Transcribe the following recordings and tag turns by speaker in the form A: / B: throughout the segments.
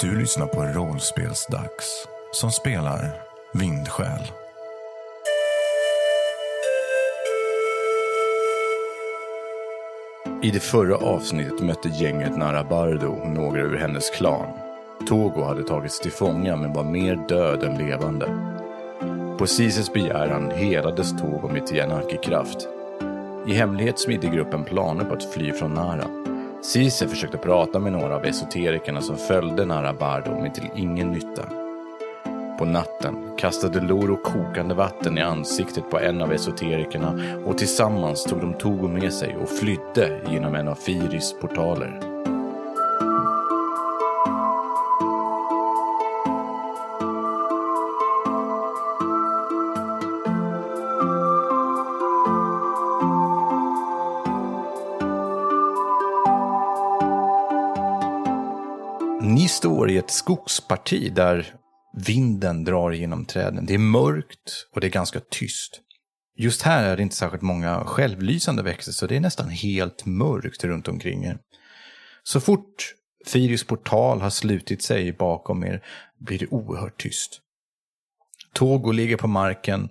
A: Du lyssnar på Rollspelsdags som spelar Vindsjäl. I det förra avsnittet mötte gänget Narabardo några ur hennes klan. Togo hade tagits till fånga men var mer död än levande. På Sises begäran helades Togo med Tianaki-kraft. I hemlighet smidde gruppen planer på att fly från Nara. Sise försökte prata med några av esoterikerna som följde Narabardo men till ingen nytta. På natten kastade Loro kokande vatten i ansiktet på en av esoterikerna och tillsammans tog de Togo med sig och flydde genom en av Firis portaler. Ni står i ett skogsparti där vinden drar genom träden. Det är mörkt och det är ganska tyst. Just här är det inte särskilt många självlysande växter så det är nästan helt mörkt runt omkring er. Så fort Firis portal har slutit sig bakom er blir det oerhört tyst. Togo ligger på marken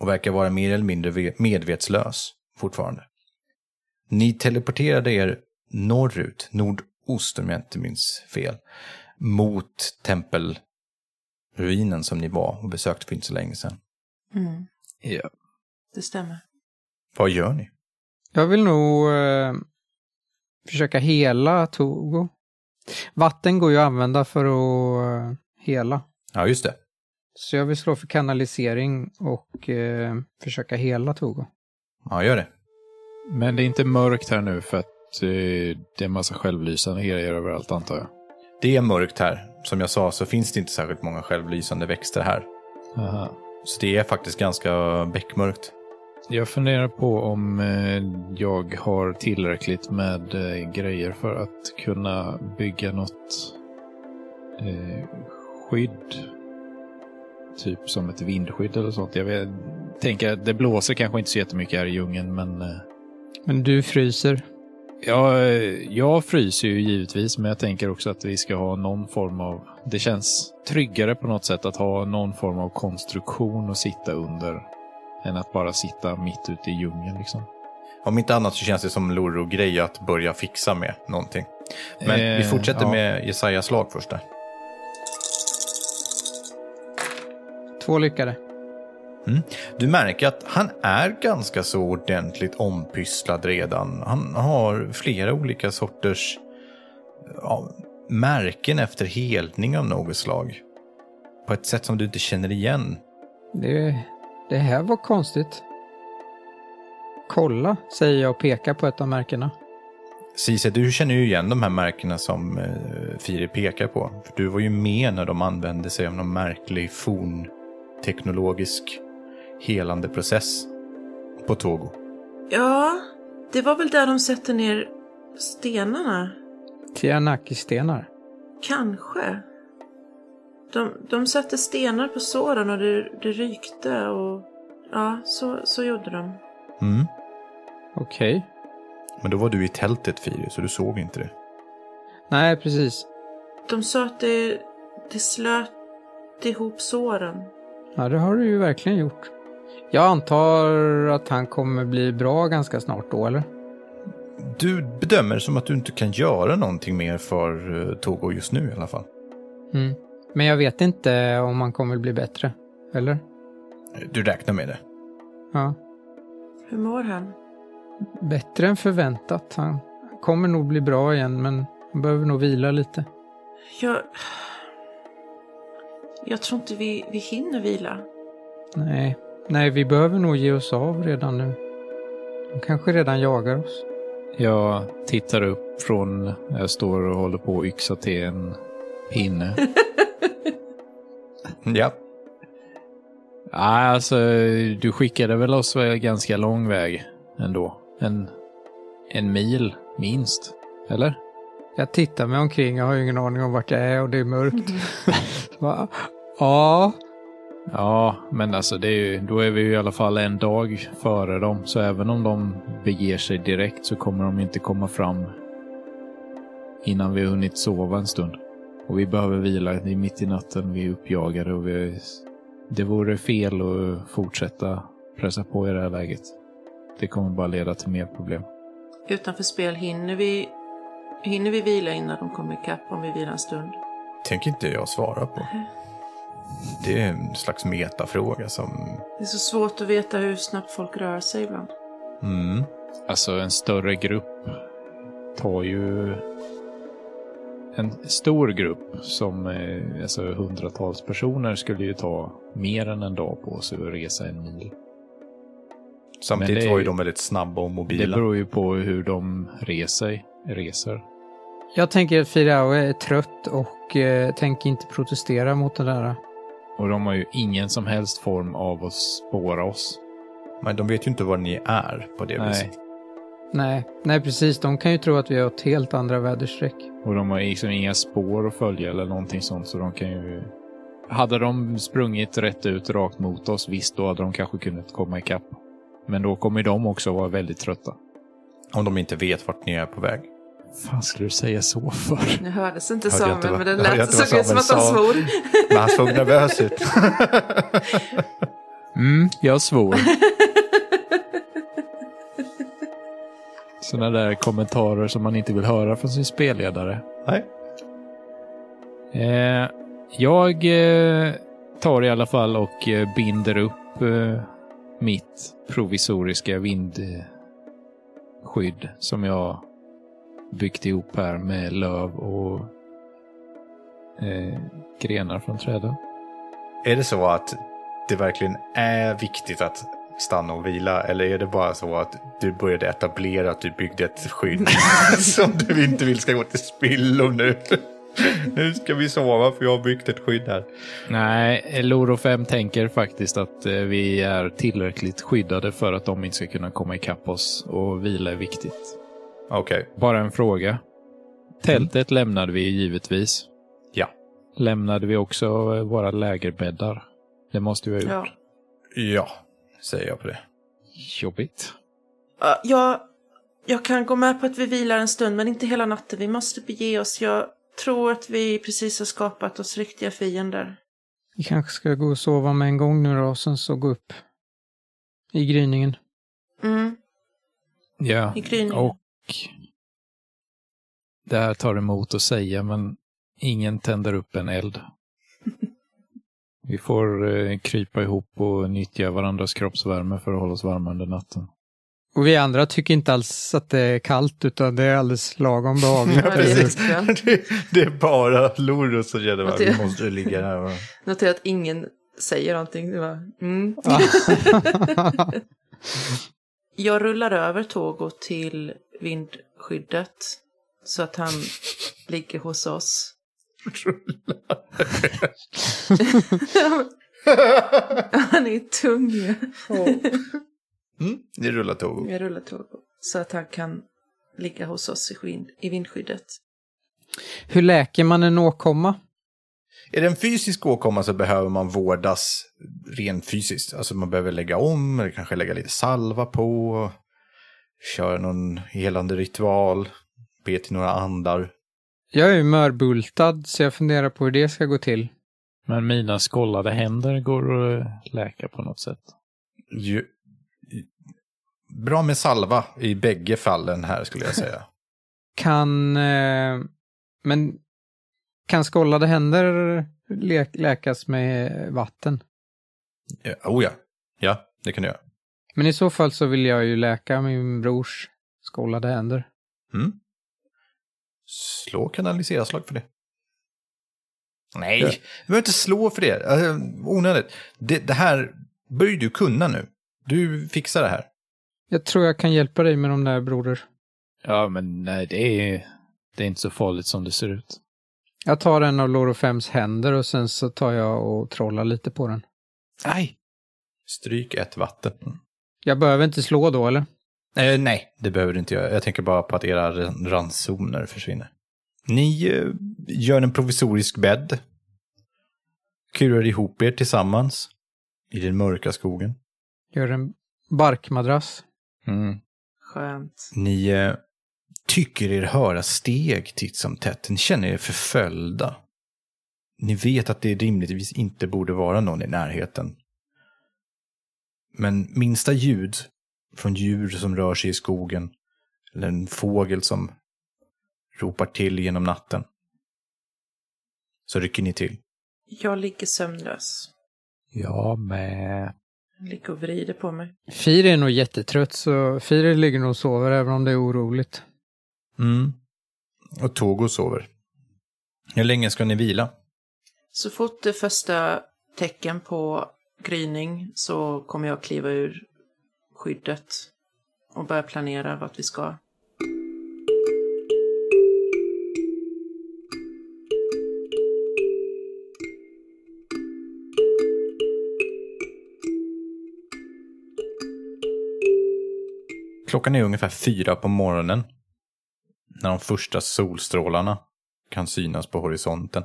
A: och verkar vara mer eller mindre ve- medvetslös fortfarande. Ni teleporterade er norrut, nordost om jag inte minns fel, mot tempelruinen som ni var och besökte för inte så länge sedan.
B: Mm,
C: Ja.
B: det stämmer.
A: Vad gör ni?
C: Jag vill nog eh, försöka hela Togo. Vatten går ju att använda för att eh, hela.
A: Ja, just det.
C: Så jag vill slå för kanalisering och eh, försöka hela Togo.
A: Ja, gör det.
D: Men det är inte mörkt här nu för att eh, det är en massa självlysande grejer överallt antar jag.
A: Det är mörkt här. Som jag sa så finns det inte särskilt många självlysande växter här.
D: Aha.
A: Så det är faktiskt ganska bäckmörkt.
D: Jag funderar på om eh, jag har tillräckligt med eh, grejer för att kunna bygga något eh, skydd. Typ som ett vindskydd eller sånt. Jag vet, tänker att det blåser kanske inte så jättemycket här i djungeln men eh,
C: Men du fryser.
D: Ja, eh, jag fryser ju givetvis, men jag tänker också att vi ska ha någon form av... Det känns tryggare på något sätt att ha någon form av konstruktion att sitta under än att bara sitta mitt ute i djungeln. Liksom.
A: Om inte annat så känns det som Loro-grej att börja fixa med någonting. Men vi
D: Eh,
A: fortsätter
D: ja.
A: med Jesajas slag först där.
C: Två lyckade.
A: Du märker att han är ganska så ordentligt ompysslad redan. Han har flera olika sorters ja, märken efter helning av något slag. På ett sätt som du inte känner igen.
C: Det, det här var konstigt. Kolla, säger jag och pekar på ett av märkena.
A: Cise, du känner ju igen de här märkena som eh, Firi pekar på. För du var ju med när de använde sig av någon märklig fornteknologisk helande process på Togo.
B: Ja, det var väl där de sätter ner stenarna.
C: Tianaki-stenar.
B: Kanske. De, de satte stenar på såren och det, det rykte och... Ja, så, så gjorde de.
A: Mm.
C: Okej.
A: Men då var du i tältet Firi, så du såg inte det.
C: Nej, precis.
B: De sa att det, det slöt ihop såren.
C: Ja, det har du ju verkligen gjort. Jag antar att han kommer bli bra ganska snart då, eller?
A: Du bedömer som att du inte kan göra någonting mer för eh, Togo just nu i alla fall.
C: Mm. Men jag vet inte om han kommer bli bättre. Eller?
A: Du räknar med det.
C: Ja.
B: Hur mår han?
C: Bättre än förväntat. Han kommer nog bli bra igen, men han behöver nog vila lite.
B: Jag... Jag tror inte vi, vi hinner vila.
C: Nej. Nej, vi behöver nog ge oss av redan nu. De kanske redan jagar oss.
D: Jag tittar upp från... Jag står och håller på att yxa till en pinne. Mm.
A: Ja.
D: Nej, alltså du skickade väl oss väl ganska lång väg ändå. En, en mil, minst. Eller?
C: Jag tittar mig omkring. Jag har ju ingen aning om vart jag är och det är mörkt. Va? Ja.
D: Ja, men alltså det är ju, då är vi ju i alla fall en dag före dem. Så även om de beger sig direkt så kommer de inte komma fram innan vi har hunnit sova en stund. Och vi behöver vila. Det är mitt i natten. Vi är uppjagade och vi... Det vore fel att fortsätta pressa på i det här läget. Det kommer bara leda till mer problem.
B: Utanför spel hinner vi, hinner vi vila innan de kommer ikapp om vi vilar en stund.
A: Tänker inte jag svara på.
D: Mm.
A: Det är en slags metafråga som...
B: Det är så svårt att veta hur snabbt folk rör sig ibland.
A: Mm.
D: Alltså en större grupp tar ju en stor grupp som eh, alltså hundratals personer skulle ju ta mer än en dag på sig att resa en mil.
A: Samtidigt
D: det är
A: var ju
D: ju-
A: de väldigt snabba och
D: Det
A: mobila.
D: beror ju på hur de reser. reser.
C: Jag tänker att Firao är trött och eh, tänker inte protestera mot det där.
D: Och de har ju ingen som helst form av att spåra oss.
A: Men de vet ju inte vad ni är på det
D: Nej.
A: viset.
C: Nej, nej precis. De kan ju tro att vi har ett helt andra väderstreck.
D: Och de har liksom inga spår att följa eller någonting sånt så de kan ju... Hade de sprungit rätt ut rakt mot oss, visst då hade de kanske kunnat komma ikapp. Men då kommer de också vara väldigt trötta.
A: Om de inte vet vart ni är på väg.
D: fan skulle du säga så för?
B: Nu hördes inte
A: Hörde jag
B: Samuel,
A: inte vad-
B: men det
A: hörde jag
B: lät
A: inte vad
B: såg ut som att han
A: Samuel
B: svor.
A: Men han såg nervös ut.
D: Mm, jag svor. Sådana där kommentarer som man inte vill höra från sin spelledare.
A: Nej.
D: Eh, jag eh, tar i alla fall och eh, binder upp eh, mitt provisoriska vindskydd som jag byggt ihop här med löv och eh, grenar från träden.
A: Är det så att det verkligen är viktigt att stanna och vila? Eller är det bara så att du började etablera att du byggde ett skydd som du inte vill ska gå till spillo nu? Nu ska vi sova för jag har byggt ett skydd här.
D: Nej, Loro 5 tänker faktiskt att eh, vi är tillräckligt skyddade för att de inte ska kunna komma ikapp oss och vila är viktigt.
A: Okej,
D: Bara en fråga. Tältet lämnade vi givetvis.
A: ja.
D: Lämnade vi också eh, våra lägerbäddar? Det måste vi ha gjort.
B: Ja.
A: Ja, säger jag på det.
D: Jobbigt.
B: Ja, Jag, jag kan gå med på att vi vilar en stund, men inte hela natten. Vi måste bege oss. Jag tror att vi precis har skapat oss riktiga fiender.
C: Vi kanske ska gå och sova med en gång nu då och sen så gå upp i gryningen.
B: Mm,
D: Ja,
B: i gryningen.
D: och det här tar emot att säga, men ingen tänder upp en eld. vi får eh, krypa ihop och nyttja varandras kroppsvärme för att hålla oss varma under natten.
C: Och vi andra tycker inte alls att det är kallt utan det är alldeles lagom behagligt.
B: Ja, det är
A: precis.
B: jättekväll.
A: Det, det är bara Loro som känner
B: Vad
A: att
B: det-
A: vi måste ligga där. och-
B: Notera att ingen säger någonting. Det var, mm. Jag rullar över Togo till vindskyddet så att han ligger hos oss. han är tung ju.
A: Mm, det rullar tåg.
B: Jag rullar Togo så att han kan ligga hos oss i, vind, i vindskyddet.
C: Hur läker man en åkomma?
A: Är det en fysisk åkomma så behöver man vårdas rent fysiskt. Alltså man behöver lägga om, eller kanske lägga lite salva på, köra någon helande ritual, be till några andar.
C: Jag är ju mörbultad så jag funderar på hur det ska gå till.
D: Men mina skållade händer går att eh, läka på något sätt.
A: Ju... Bra med salva i bägge fallen här skulle jag säga.
C: Kan... Eh, men kan skållade händer lä- läkas med vatten?
A: Ja, oh ja. ja, det kan du göra.
C: Men i så fall så vill jag ju läka min brors skållade händer.
A: Mm. Slå kanaliseraslag för det. Nej,
D: Ja.
A: du behöver inte slå för det. Alltså, onödigt. Det, det här bör ju du kunna nu. Du fixar det här.
C: Jag tror jag kan hjälpa dig med de där broder.
D: Ja, men nej, det är, det är inte så farligt som det ser ut.
C: Jag tar en av Lorofems händer och sen så tar jag och trollar lite på den.
D: Nej.
A: Stryk ett vatten.
C: Jag behöver inte slå då eller?
A: Eh, nej, det behöver du inte göra. Jag tänker bara på att era ran- ransoner försvinner. Ni eh, gör en provisorisk bädd. Kurar ihop er tillsammans. I den mörka skogen.
C: Gör en barkmadrass.
D: Mm.
B: Skönt.
A: Ni eh, tycker er höra steg titt som tätt. Ni känner er förföljda. Ni vet att det rimligtvis inte borde vara någon i närheten. Men minsta ljud från djur som rör sig i skogen eller en fågel som ropar till genom natten så rycker ni till.
B: Jag ligger sömnlös.
D: Ja, med.
B: Jag ligger och vrider på mig.
C: Fir är nog jättetrött så Fir ligger nog och sover även om det är oroligt.
A: Mm. Och Togo sover. Hur länge ska ni vila?
B: Så fort det första tecken på gryning så kommer jag kliva ur skyddet och börja planera vart vi ska.
A: Klockan är ungefär fyra på morgonen när de första solstrålarna kan synas på horisonten.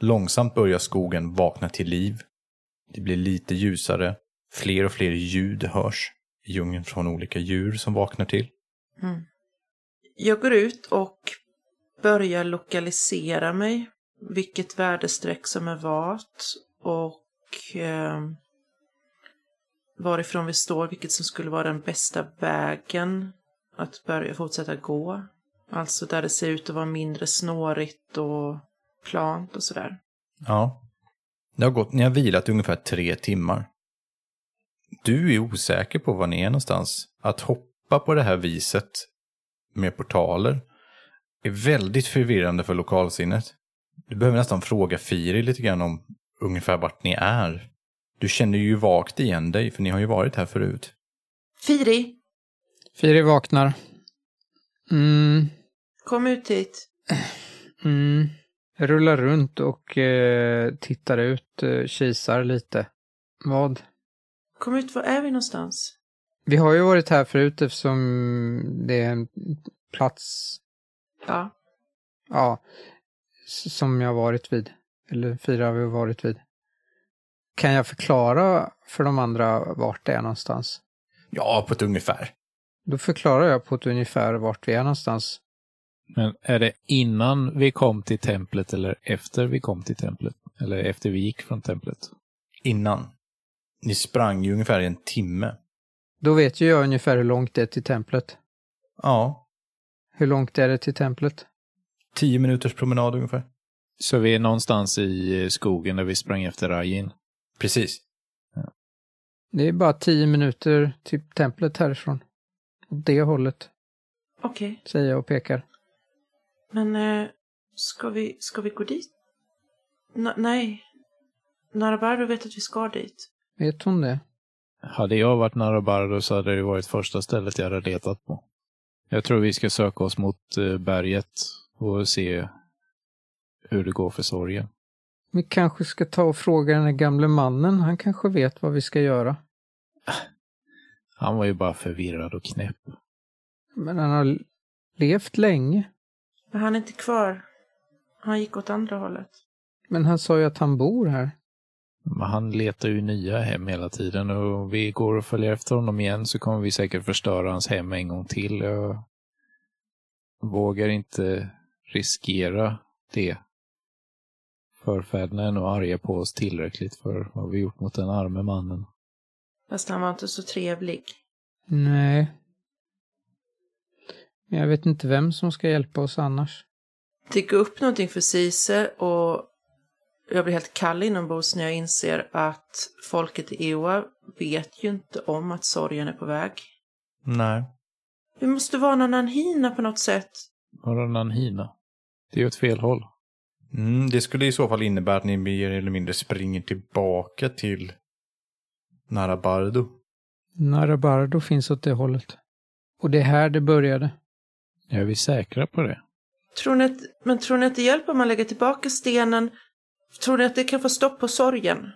A: Långsamt börjar skogen vakna till liv. Det blir lite ljusare. Fler och fler ljud hörs i djungeln från olika djur som vaknar till.
B: Jag går ut och börjar lokalisera mig, vilket värdestreck som är vart och eh, varifrån vi står, vilket som skulle vara den bästa vägen att börja fortsätta gå. Alltså där det ser ut att vara mindre snårigt och plant och sådär.
A: Ja. Det har gått, ni har vilat i ungefär tre timmar. Du är osäker på var ni är någonstans. Att hoppa på det här viset med portaler är väldigt förvirrande för lokalsinnet. Du behöver nästan fråga Firi lite grann om ungefär vart ni är. Du känner ju vagt igen dig, för ni har ju varit här förut.
B: Firi,
C: Fir vaknar. Mm,
B: kom ut hit.
C: mm. Jag rullar runt och eh, tittar ut, eh, kisar lite. Vad?
B: Kom ut, var är vi någonstans?
C: Vi har ju varit här förut eftersom det är en plats
B: Ja,
C: ja, s- som jag varit vid. Eller fyra har vi varit vid. Kan jag förklara för de andra vart det är någonstans?
A: Ja, på ett ungefär.
C: Då förklarar jag på ett ungefär vart vi är någonstans.
D: Men är det innan vi kom till templet eller efter vi kom till templet? Eller efter vi gick från templet?
A: Innan. Ni sprang ju ungefär i en timme.
C: Då vet ju jag ungefär hur långt det är till templet.
A: Ja,
C: Hur långt är det till templet?
A: tio minuters promenad ungefär.
D: Så vi är någonstans i eh, skogen där vi sprang efter Rajin.
A: Precis.
C: Det är bara tio minuter till templet härifrån. Åt det hållet,
B: okej.
C: säger jag och pekar.
B: Men eh, ska, vi, ska vi gå dit? N- nej. Narabaro vet att vi ska dit.
C: Vet hon det?
D: Hade jag varit Narabardo så hade det varit första stället jag hade letat på. Jag tror vi ska söka oss mot eh, berget och se hur det går för sorgen.
C: Vi kanske ska ta och fråga den här gamle mannen. Han kanske vet vad vi ska göra.
D: Han var ju bara förvirrad och knäpp.
C: Men han har levt länge.
B: Men han är inte kvar. Han gick åt andra hållet.
C: Men han sa ju att han bor här.
D: Men han letar ju nya hem hela tiden och vi går och följer efter honom igen så kommer vi säkert förstöra hans hem en gång till. Jag vågar inte riskera det. Förfäderna är nog arga på oss tillräckligt för vad vi gjort mot den arme mannen.
B: Fast han var inte så trevlig.
C: Nej. Men jag vet inte vem som ska hjälpa oss annars.
B: Tycker upp någonting för Cise och jag blir helt kall inombords när jag inser att folket i Eoa vet ju inte om att sorgen är på väg.
A: Nej.
B: Vi måste varna Nanhina på något sätt.
D: Vadå Nanhina? Det är ju åt fel håll.
A: Mm, det skulle i så fall innebära att ni mer eller mindre springer tillbaka till Narabardo.
C: Narabardo finns åt det hållet. Och det är här det började.
D: Är vi säkra på det?
B: Tror ni att, men tror ni att det hjälper om man lägger tillbaka stenen? Tror ni att det kan få stopp på sorgen?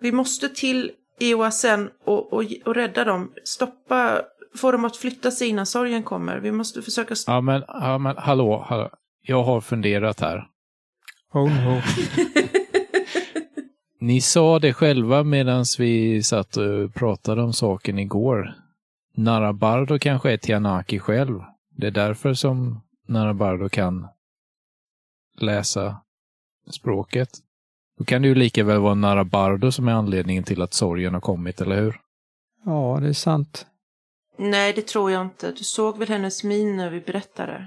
B: Vi måste till E Eoa sen och, och, och rädda dem. Stoppa, få dem att flytta sig innan sorgen kommer. Vi måste försöka... St-
D: Ja men, ja, men hallå, hallå, jag har funderat här.
C: Oh no.
D: Ni sa det själva medan vi satt och pratade om saken igår. Narabardo kanske är Tianaki själv. Det är därför som Narabardo kan läsa språket. Då kan det ju lika väl vara Narabardo som är anledningen till att sorgen har kommit, eller hur?
C: Ja, det är sant.
B: Nej, det tror jag inte. Du såg väl hennes min när vi berättade?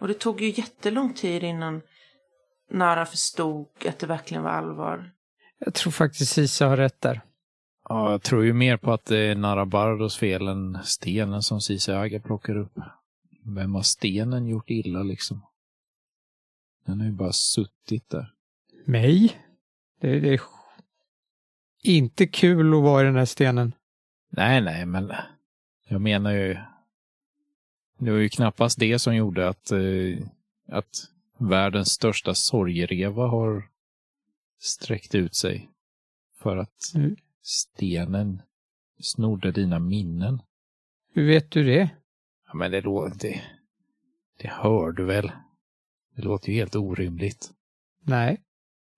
B: Och det tog ju jättelång tid innan Nara förstod att det verkligen var allvar.
C: Jag tror faktiskt Isa har rätt där.
D: Ja, jag tror ju mer på att det är Narabardos fel än stenen som Sisaga plockar upp. Vem har stenen gjort illa liksom? Den har ju bara suttit där.
C: Mig? Det, det är sj- inte kul att vara i den här stenen.
D: Nej, nej, men jag menar ju... Det var ju knappast det som gjorde att, eh, att världens största sorgereva har sträckt ut sig. För att
C: Mm.
D: stenen snodde dina minnen.
C: Hur vet du det?
D: Ja, men det låter... Det, det hör du väl? Det låter ju helt orimligt.
C: Nej,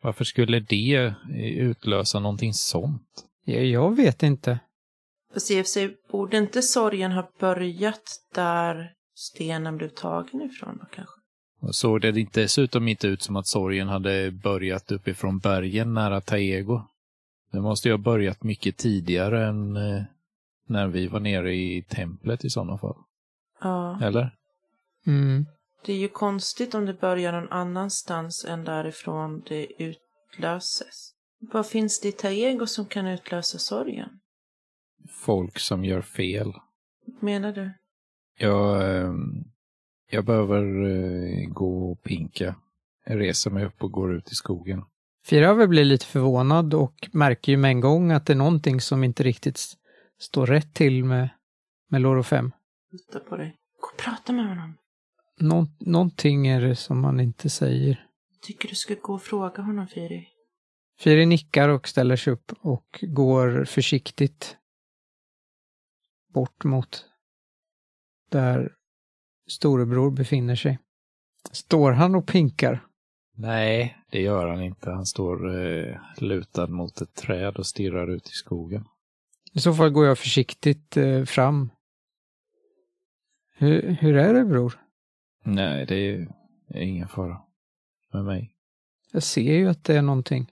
D: Varför skulle det eh, utlösa någonting sånt?
C: jag, jag vet inte.
B: Fast i och för sig, borde inte sorgen ha börjat där stenen blev tagen ifrån då kanske?
D: Och såg det inte dessutom inte ut som att sorgen hade börjat uppifrån bergen nära Taego? Det måste ju ha börjat mycket tidigare än eh, när vi var nere i templet i sådana fall.
B: Ja,
D: Eller?
C: Mm.
B: det är ju konstigt om det börjar någon annanstans än därifrån det utlöses. Vad finns det i Taego som kan utlösa sorgen?
D: Folk som gör fel.
B: Vad menar du?
D: Jag, eh, jag behöver eh, gå och pinka. Jag reser mig upp och går ut i skogen.
C: Firöver blir lite förvånad och märker ju med en gång att det är någonting som inte riktigt s- står rätt till med, med Loro 5.
B: Lita på dig. Gå och prata med honom.
C: Nå, någonting är det som man inte säger.
B: Tycker du ska gå och fråga honom, Firi?
C: Firi nickar och ställer sig upp och går försiktigt bort mot där storebror befinner sig. Står han och pinkar?
D: Nej, det gör han inte. Han står eh, lutad mot ett träd och stirrar ut i skogen.
C: I så fall går jag försiktigt eh, fram. Hur, hur är det bror?
D: Nej, det är det är ingen fara med mig.
C: Jag ser ju att det är någonting.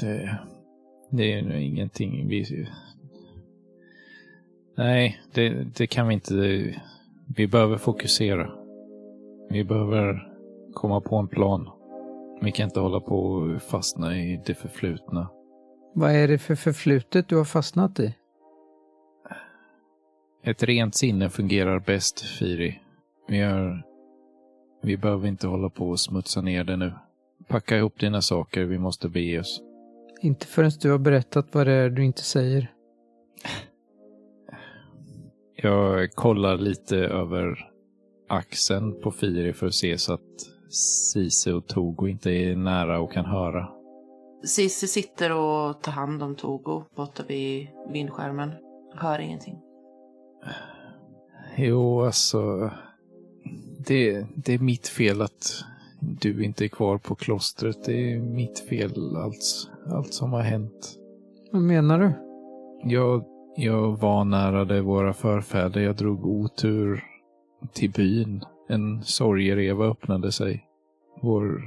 D: Det, det är nog ingenting vi... Nej, det, det kan vi inte. Vi behöver fokusera. Vi behöver komma på en plan. Vi kan inte hålla på och fastna i det förflutna.
C: Vad är det för förflutet du har fastnat i?
D: Ett rent sinne fungerar bäst, Firi. Vi, är, vi behöver inte hålla på och smutsa ner det nu. Packa ihop dina saker, vi måste bege oss.
C: Inte förrän du har berättat vad det är du inte säger.
D: Jag kollar lite över axeln på Firi för att se så att Sise och Togo inte är nära och kan höra.
B: Cissi sitter och tar hand om Togo borta vid vindskärmen. Hör ingenting.
D: Jo, alltså. Det, det är mitt fel att du inte är kvar på klostret. Det är mitt fel, allt, allt som har hänt.
C: Vad menar du?
D: Jag, jag vanärade våra förfäder. Jag drog otur till byn. En sorgereva öppnade sig. Vår,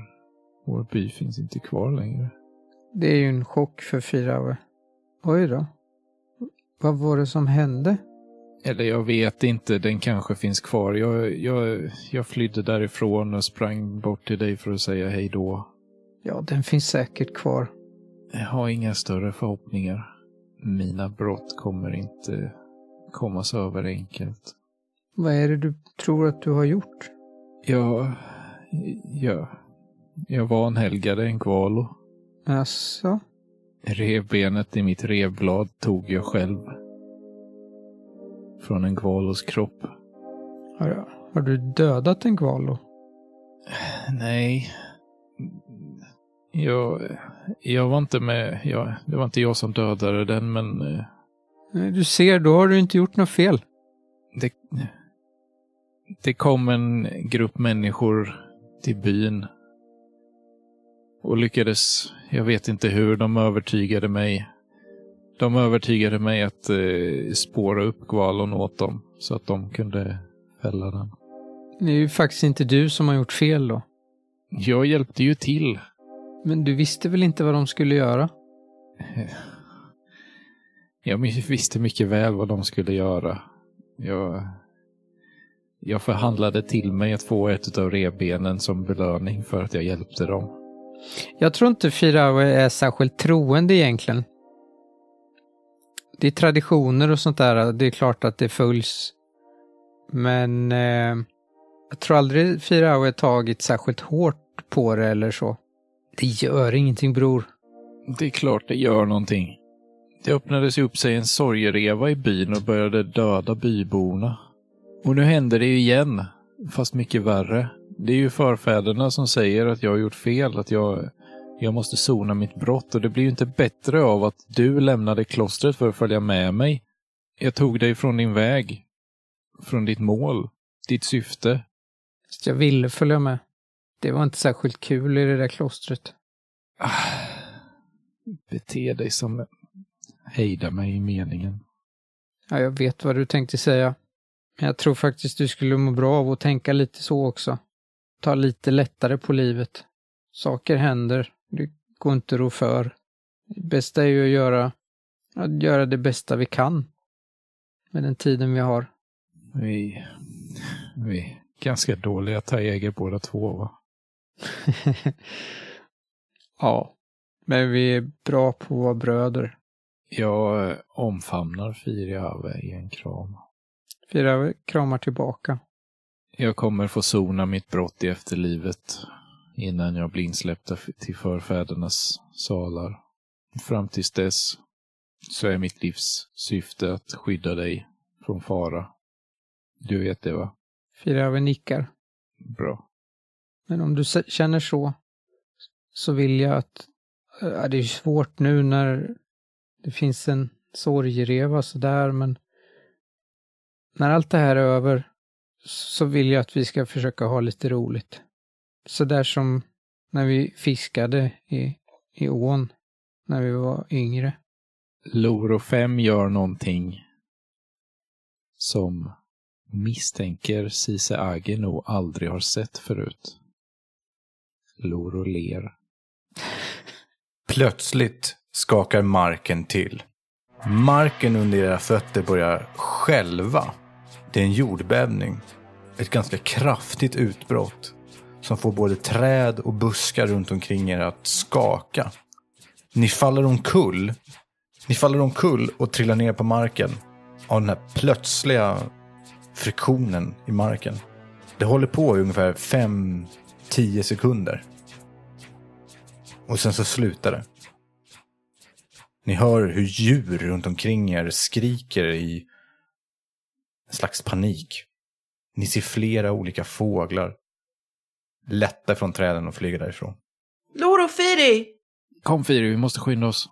D: vår by finns inte kvar längre.
C: Det är ju en chock för fyra år. Oj då. Vad var det som hände?
D: Eller jag vet inte, den kanske finns kvar. Jag, jag, jag flydde därifrån och sprang bort till dig för att säga hej då.
C: Ja, den finns säkert kvar.
D: Jag har inga större förhoppningar. Mina brott kommer inte komma så över enkelt.
C: Vad är det du tror att du har gjort?
D: Jag... Jag... Jag vanhelgade en kvalo.
C: Alltså,
D: Revbenet i mitt revblad tog jag själv. Från en kvalos kropp.
C: har, har du dödat en kvalo?
D: Nej. Jag, jag var inte med. Jag, det var inte jag som dödade den, men eh,
C: Nej, Du ser, då har du inte gjort något fel.
D: det, det kom en grupp människor till byn. Och lyckades, jag vet inte hur, de övertygade mig. De övertygade mig att eh, spåra upp kvalon åt dem så att de kunde fälla den.
C: Det är ju faktiskt inte du som har gjort fel då.
D: Jag hjälpte ju till.
C: Men du visste väl inte vad de skulle göra?
D: Jag mis- visste mycket väl vad de skulle göra. Jag, jag förhandlade till mig att få ett av revbenen som belöning för att jag hjälpte dem.
C: Jag tror inte Firawe är särskilt troende egentligen. Det är traditioner och sånt där, det är klart att det följs. Men eh, jag tror aldrig Firawe tagit särskilt hårt på det eller så. Det gör ingenting bror.
D: Det är klart det gör någonting. Det öppnades upp sig en sorgereva i byn och började döda byborna. Och nu händer det ju igen, fast mycket värre. Det är ju förfäderna som säger att jag har gjort fel, att jag, jag måste sona mitt brott. Och det blir ju inte bättre av att du lämnade klostret för att följa med mig. Jag tog dig från din väg, från ditt mål, ditt syfte.
C: Så jag ville följa med. Det var inte särskilt kul i det där klostret.
D: Ah, Bete dig som... Hejda mig i meningen.
C: Ja, jag vet vad du tänkte säga. Men jag tror faktiskt du skulle må bra av att tänka lite så också. Ta lite lättare på livet. Saker händer. Det går inte att rå för. Det bästa är ju att göra, att göra det bästa vi kan. Med den tiden vi har.
D: Vi, vi är ganska dåliga tajägare båda två. Va?
C: ja. Men vi är bra på att vara bröder.
D: Jag eh, omfamnar Firiave i en kram.
C: Fyra kramar tillbaka.
D: Jag kommer få sona mitt brott i efterlivet innan jag blir insläppt af- till förfädernas salar. Fram tills dess så är mitt livs syfte att skydda dig från fara. Du vet det va?
C: Fyra nickar.
D: Bra.
C: Men om du se- känner så, så vill jag att... Ja, det är ju svårt nu när det finns en sorgereva sådär, men när allt det här är över så vill jag att vi ska försöka ha lite roligt. Sådär som när vi fiskade i, i ån när vi var yngre.
D: Loro 5 gör någonting som misstänker Cise Agi nog aldrig har sett förut. Loro ler.
A: Plötsligt skakar marken till. Marken under era fötter börjar skälva. Det är en jordbävning. Ett ganska kraftigt utbrott som får både träd och buskar runt omkring er att skaka. Ni faller omkull. Ni faller omkull och trillar ner på marken av den här plötsliga friktionen i marken. Det håller på i ungefär 5-10 sekunder. Och sen så slutar det. Ni hör hur djur runt omkring er skriker i en slags panik. Ni ser flera olika fåglar lätta från träden och flyga därifrån.
B: Loro Firi!
D: Kom Firi, vi måste skynda oss.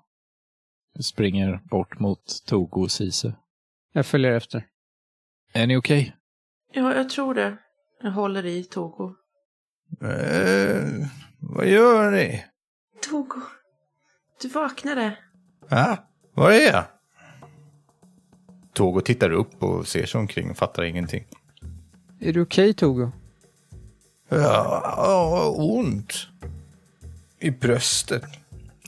D: Jag springer bort mot Togo och Cise.
C: Jag följer efter.
D: Är ni okej?
B: Ja, jag tror det. Jag håller i Togo.
A: Eh, vad gör ni?
B: Togo, du vaknade.
A: Ah, vad är jag? Togo tittar upp och ser sig omkring och fattar ingenting.
C: Är du okej Togo?
A: Ja, ja, ont. I bröstet.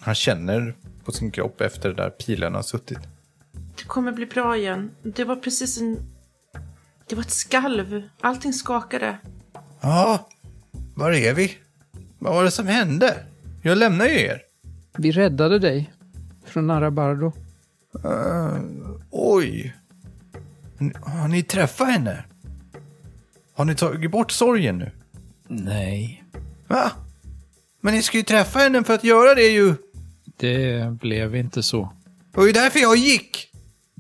A: Han känner på sin kropp efter där pilen har suttit.
B: Det kommer bli bra igen. Det var precis en... Det var ett skalv. Allting skakade.
A: Ja, var är vi? Vad var det som hände? Jag lämnar ju er.
C: Vi räddade dig från Arabardo.
A: Oj. N- Har ni träffat henne? Har ni tagit bort sorgen nu?
D: Nej.
A: Va? Men ni ska ju träffa henne för att göra det ju.
D: Det blev inte så.
A: Det var ju därför jag gick.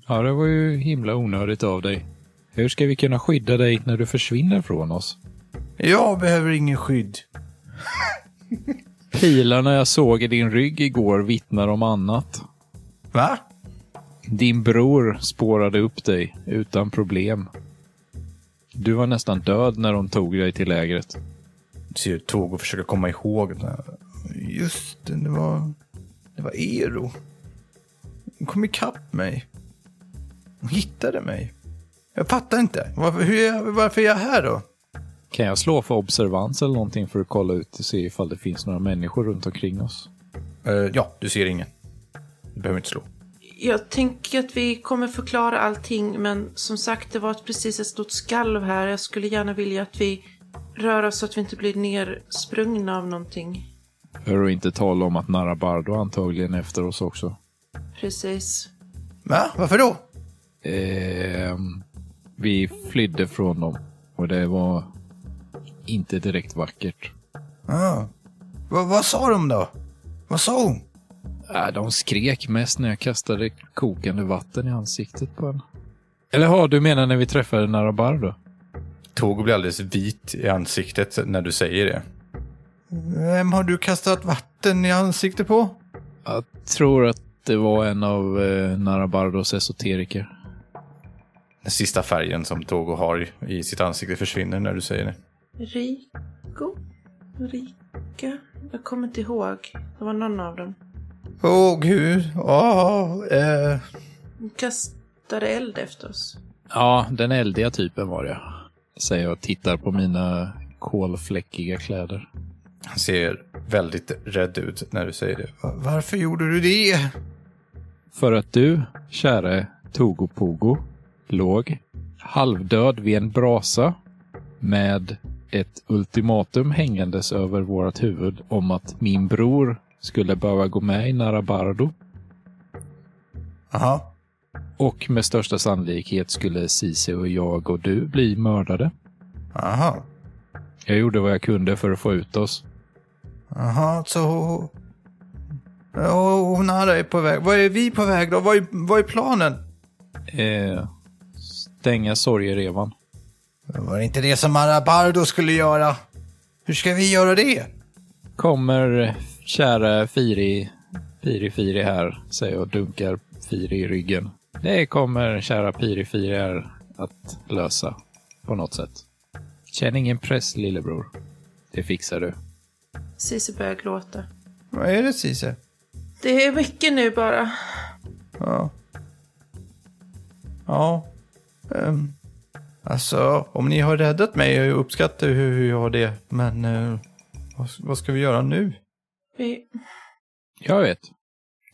D: Ja, det var ju himla onödigt av dig. Hur ska vi kunna skydda dig när du försvinner från oss?
A: Jag behöver ingen skydd.
D: Pilarna jag såg i din rygg igår vittnar om annat.
A: Va?
D: Din bror spårade upp dig utan problem. Du var nästan död när de tog dig till lägret.
A: ser ett tåg och försöker komma ihåg. Den här. Just det, det var, det var Ero. Hon kom ikapp mig. Hon hittade mig. Jag fattar inte. Varför, hur, är jag- varför är jag här då?
D: Kan jag slå för observans eller någonting för att kolla ut och se ifall det finns några människor runt omkring oss?
A: Eh, ja, du ser ingen. Du behöver inte slå.
B: Jag tänker att vi kommer förklara allting, men som sagt, det var ett- precis ett stort skalv här. Jag skulle gärna vilja att vi rör oss så att vi inte blir nersprungna av någonting.
D: För att inte tala om att Narabardo antagligen är efter oss också.
B: Precis.
A: Va? Varför då?
D: Ehm, vi flydde från dem och det var inte direkt vackert.
A: Ah. Va, vad sa de då? Vad sa hon?
D: Äh, de skrek mest när jag kastade kokande vatten i ansiktet på henne. Eller har du menar när vi träffade Narabardo?
A: Togo blir alldeles vit i ansiktet när du säger det. Vem har du kastat vatten i ansiktet på?
D: Jag tror att det var en av eh, Narabardos esoteriker.
A: Den sista färgen som Togo har i sitt ansikte försvinner när du säger det.
B: Rico? Rika? Jag kommer inte ihåg. Det var någon av dem.
A: Åh gud, åh, eh.
B: De kastade eld efter oss.
D: Ja, den eldiga typen var det. Säger jag och tittar på mina kolfläckiga kläder.
A: Han ser väldigt rädd ut när du säger det. Va- Varför gjorde du det?
D: För att du, käre Togopogo, låg halvdöd vid en brasa med ett ultimatum hängandes över vårt huvud om att min bror skulle behöva gå med i Narabardo
A: Aha.
D: och med största sannolikhet skulle Sise och jag och du bli mördade.
A: Aha.
D: Jag gjorde vad jag kunde för att få ut oss.
A: Aha, så... Oh, hon är på väg. Vad är vi på väg då? Vad är, vad är planen?
D: Eh, stänga sorgerevan.
A: Det var inte det som Arabardo skulle göra. Hur ska vi göra det?
D: Kommer kära Firi, Firi Firi här, säger jag och dunkar Firi i ryggen. Det kommer kära Firi Firi här att lösa på något sätt. Känn ingen press lillebror. Det fixar du.
B: Cissi börjar gråta.
A: Vad är det, Cise?
B: Det är mycket nu bara.
A: Ja. Ja. Um, alltså, om ni har räddat mig, jag uppskattar hur hur jag har det, men eh, vad, vad ska vi göra nu?
B: Vi
D: Jag vet.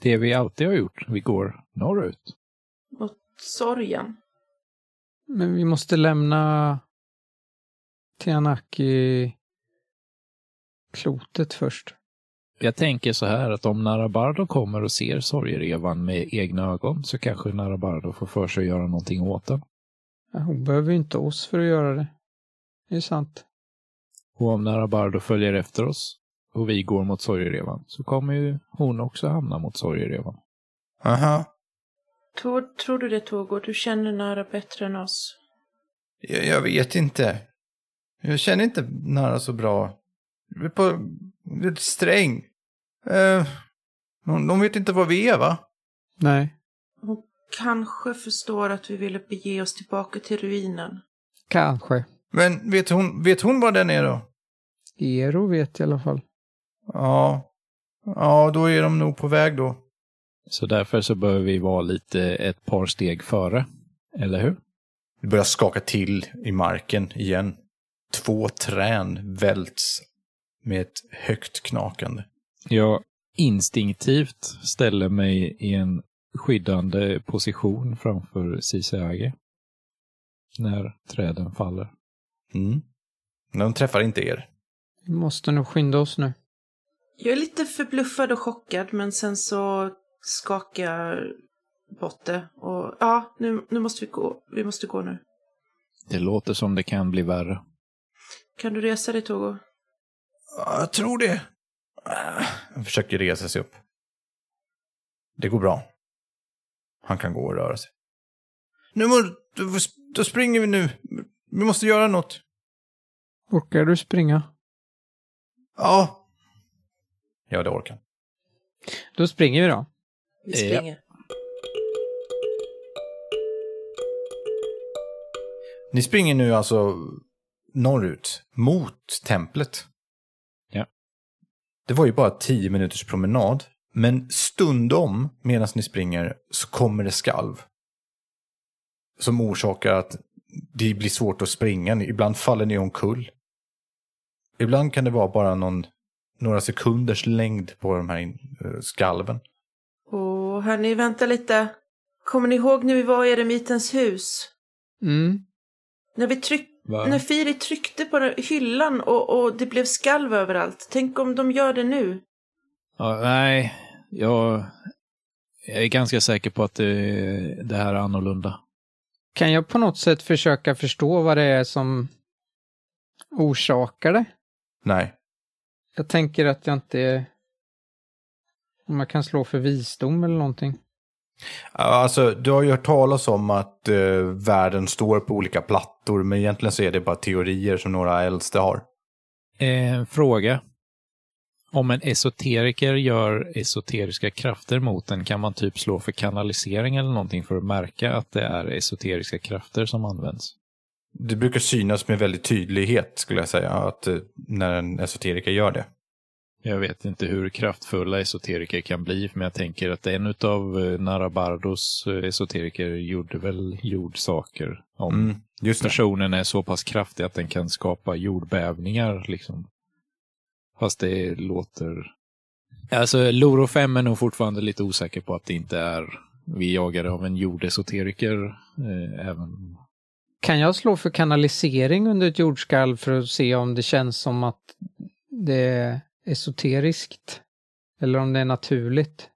D: Det vi alltid har gjort. Vi går norrut.
B: mot sorgen.
C: Men vi måste lämna Tianaki-klotet först.
D: Jag tänker så här att om Narabardo kommer och ser sorgerevan med egna ögon så kanske Narabardo får för sig att göra någonting åt den.
C: Ja, Hon behöver ju inte oss för att göra det. Det är sant.
D: Och om Narabardo följer efter oss och vi går mot sorgerevan så kommer ju hon också hamna mot sorgerevan.
A: Aha.
B: Tror, tror du det, Togo? Du känner Nara bättre än oss.
A: Jag, jag vet inte. Jag känner inte Nara så bra. Jag är på, lite sträng. Eh, de, de vet inte vad vi är, va?
C: Nej.
B: Kanske förstår att vi ville bege oss tillbaka till ruinen.
C: Kanske.
A: Men vet hon, vet hon var den är då?
C: Ero vet i alla fall.
A: Ja. Ja, då är de nog på väg då.
D: Så därför så bör vi vara lite ett par steg före. Eller hur?
A: Det börjar skaka till i marken igen. Två trän välts med ett högt knakande.
D: Jag instinktivt ställer mig i en skyddande position framför Ciseage. När träden faller.
A: Mm. Men De träffar inte er.
C: Vi måste nog skynda oss nu.
B: Jag är lite förbluffad och chockad, men sen så skakar jag bort det. Och ja, nu, nu måste vi gå. Vi måste gå nu.
D: Det låter som det kan bli värre.
B: Kan du resa dig, Togo?
A: Ja, Jag tror det. Ah, Han försöker resa sig upp. Det går bra. Han kan gå och röra sig. Nu må, då, då springer vi nu. Vi måste göra något.
C: Orkar du springa?
A: Ja. Ja, det orkar han.
C: Då springer vi då.
B: Vi
D: Ja.
B: springer.
A: Ni springer nu alltså norrut, mot templet.
D: Ja.
A: Det var ju bara tio minuters promenad, men stundom medan ni springer så kommer det skalv. Som orsakar att det blir svårt att springa. Ni- Ibland faller ni omkull. Ibland kan det vara bara någon, några sekunders längd på de här in, eh, skalven.
B: Och hörni, vänta lite. Kommer ni ihåg när vi var i Eremitens hus?
C: Mm.
B: När, vi tryck...
D: Va?
B: när Firi tryckte på den- hyllan och, och det blev skalv överallt. Tänk om de gör det nu.
D: Ja, nej, jag, jag är ganska säker på att det, det här är annorlunda.
C: Kan jag på något sätt försöka förstå vad det är som orsakar det?
A: Nej,
C: Jag tänker att jag inte... Om jag kan slå för visdom eller någonting.
A: Alltså, du har ju hört talas om att eh, världen står på olika plattor, men egentligen så är det bara teorier som några äldste har.
D: En Eh, fråga. Om en esoteriker gör esoteriska krafter mot en, kan man typ slå för kanalisering eller någonting för att märka att det är esoteriska krafter som används?
A: Det brukar synas med väldigt tydlighet, skulle jag säga, att eh, när en esoteriker gör det.
D: Jag vet inte hur kraftfulla esoteriker kan bli, men jag tänker att en av Narabardos eh, esoteriker gjorde väl jordsaker. Om
A: Mm, just det.
D: personen är så pass kraftig att den kan skapa jordbävningar. Liksom. Fast det låter... Alltså, Loro 5 är nog fortfarande lite osäker på att det inte är vi jagade av en jordesoteriker. Eh, även...
C: Kan jag slå för kanalisering under ett jordskalv för att se om det känns som att det är esoteriskt? Eller om det är naturligt?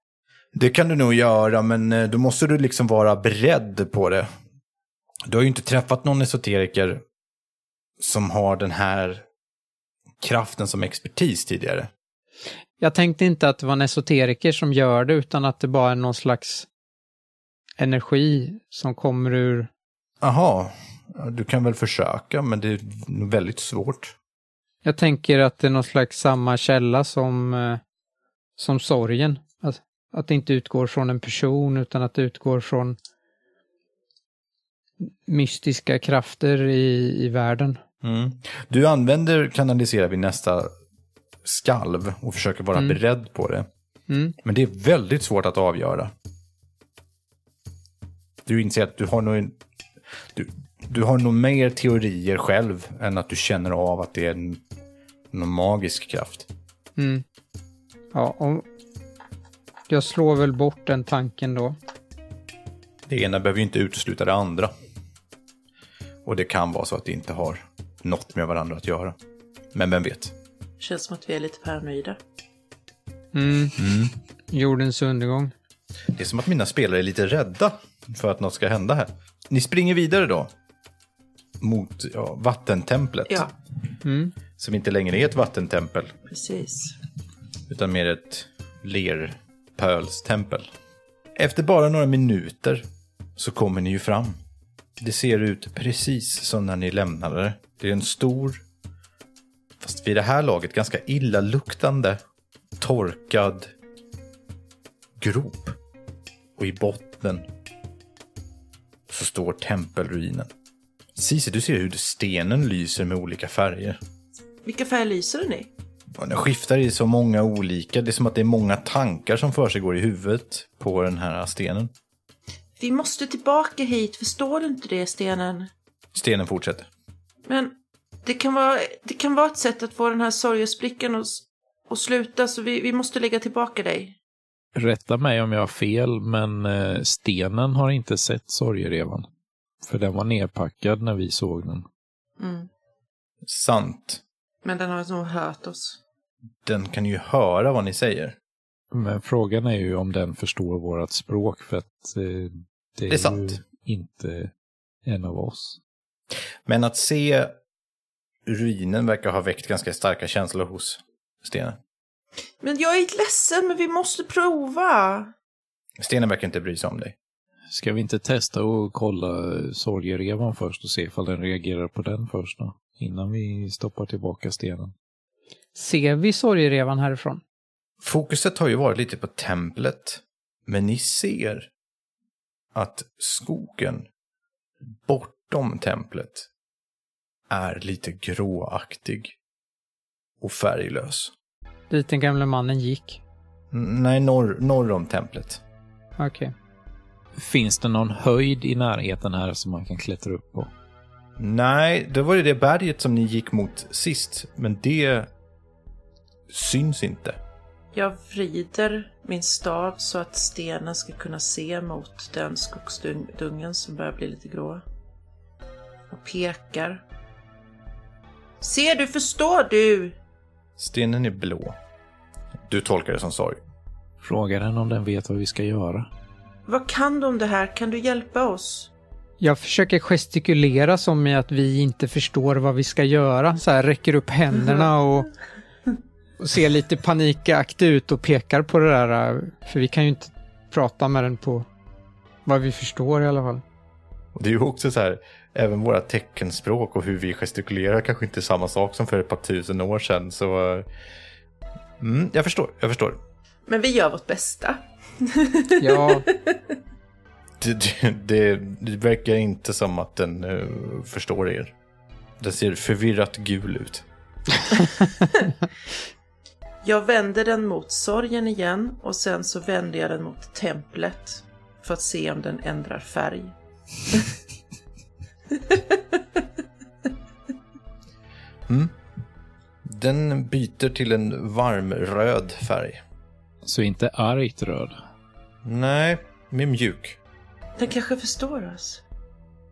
A: Det kan du nog göra, men eh, då måste du liksom vara beredd på det. Du har ju inte träffat någon esoteriker som har den här kraften som expertis tidigare.
C: Jag tänkte inte att det var en esoteriker som gör det utan att det bara är någon slags energi som kommer ur...
A: Aha, du kan väl försöka, men det är nog väldigt svårt.
C: Jag tänker att det är någon slags samma källa som, eh, som sorgen. Att, att det inte utgår från en person utan att det utgår från mystiska krafter i, i världen.
A: Mm. Du använder kanalisera vid nästa skalv och försöker vara beredd på det.
C: Mm.
A: Men det är väldigt svårt att avgöra. Du inser att du har nog, en, du, du har nog mer teorier själv än att du känner av att det är en, någon magisk kraft.
C: Mm. Ja, om... Jag slår väl bort den tanken då.
A: Det ena behöver ju inte utesluta det andra. Och det kan vara så att det inte har något med varandra att göra. Men vem vet?
B: Känns som att vi är lite paranoida.
C: Mm. Jordens undergång.
A: Det är som att mina spelare är lite rädda för att något ska hända här. Ni springer vidare då. Mot ja, vattentemplet.
B: Ja,
A: Som inte längre är ett vattentempel.
B: precis.
A: Utan mer ett lerpölstempel. Efter bara några minuter så kommer ni ju fram. Det ser ut precis som när ni lämnade det. Det är en stor, fast vid det här laget ganska illaluktande, torkad grop. Och i botten så står tempelruinen. Cici, du ser hur stenen lyser med olika färger.
B: Vilka färger lyser den i?
A: Och Den skiftar i så många olika. Det är som att det är många tankar som för sig går i huvudet på den här stenen.
B: Vi måste tillbaka hit, förstår du inte det stenen?
A: Stenen fortsätter.
B: Men det kan vara, det kan vara ett sätt att få den här sorgesprickan att, s- att sluta, så vi, vi måste lägga tillbaka dig.
D: Rätta mig om jag har fel, men eh, stenen har inte sett sorgerevan. För den var nedpackad när vi såg den.
A: Sant.
B: Mm. Men den har nog hört oss.
A: Den kan ju höra vad ni säger.
D: Men frågan är ju om den förstår vårt språk, för att eh, det,
A: är sant.
D: ju inte en av oss.
A: Men att se ruinen verkar ha väckt ganska starka känslor hos stenen.
B: Men jag är ledsen, men vi måste prova.
A: Stenen verkar inte bry sig om dig.
D: Ska vi inte testa och kolla eh, sorgerevan först och se ifall den reagerar på den först då? Innan vi stoppar tillbaka stenen.
C: Ser vi sorgerevan härifrån?
A: Fokuset har ju varit lite på templet. Men ni ser att skogen bortom templet är lite gråaktig och färglös.
C: Dit den gamle mannen gick.
A: N- Nej, norr, norr om templet.
C: Okej.
D: Finns det någon höjd i närheten här som man kan klättra upp på?
A: Nej, det var ju det berget som ni gick mot sist, men det syns inte.
B: Jag vrider min stav så att stenen ska kunna se mot den skogsdungen som börjar bli lite grå. Och pekar. Ser du, förstår du?
A: Stenen är blå. Du tolkar det som sorg.
D: Frågar den om den vet vad vi ska göra.
B: Vad kan du om det här? Kan du hjälpa oss?
C: Jag försöker gestikulera som i att vi inte förstår vad vi ska göra. Så här räcker upp händerna och, och ser lite panikaktig ut och pekar på det där. För vi kan ju inte prata med den på vad vi förstår i alla fall.
A: Och det är ju också så här, även våra teckenspråk och hur vi gestikulerar kanske inte är samma sak som för ett par tusen år sedan. Så... eh, Mm, jag förstår, jag förstår.
B: Men vi gör vårt bästa.
C: Ja,
A: Det, det, det, det verkar inte som att den eh, förstår er. Den ser förvirrat gul ut.
B: Jag vänder den mot sorgen igen och sen så vänder jag den mot templet för att se om den ändrar färg.
A: Mm. Den byter till en varm röd färg.
D: Så inte argt röd.
A: Nej, med mjuk.
B: Den kanske förstår oss.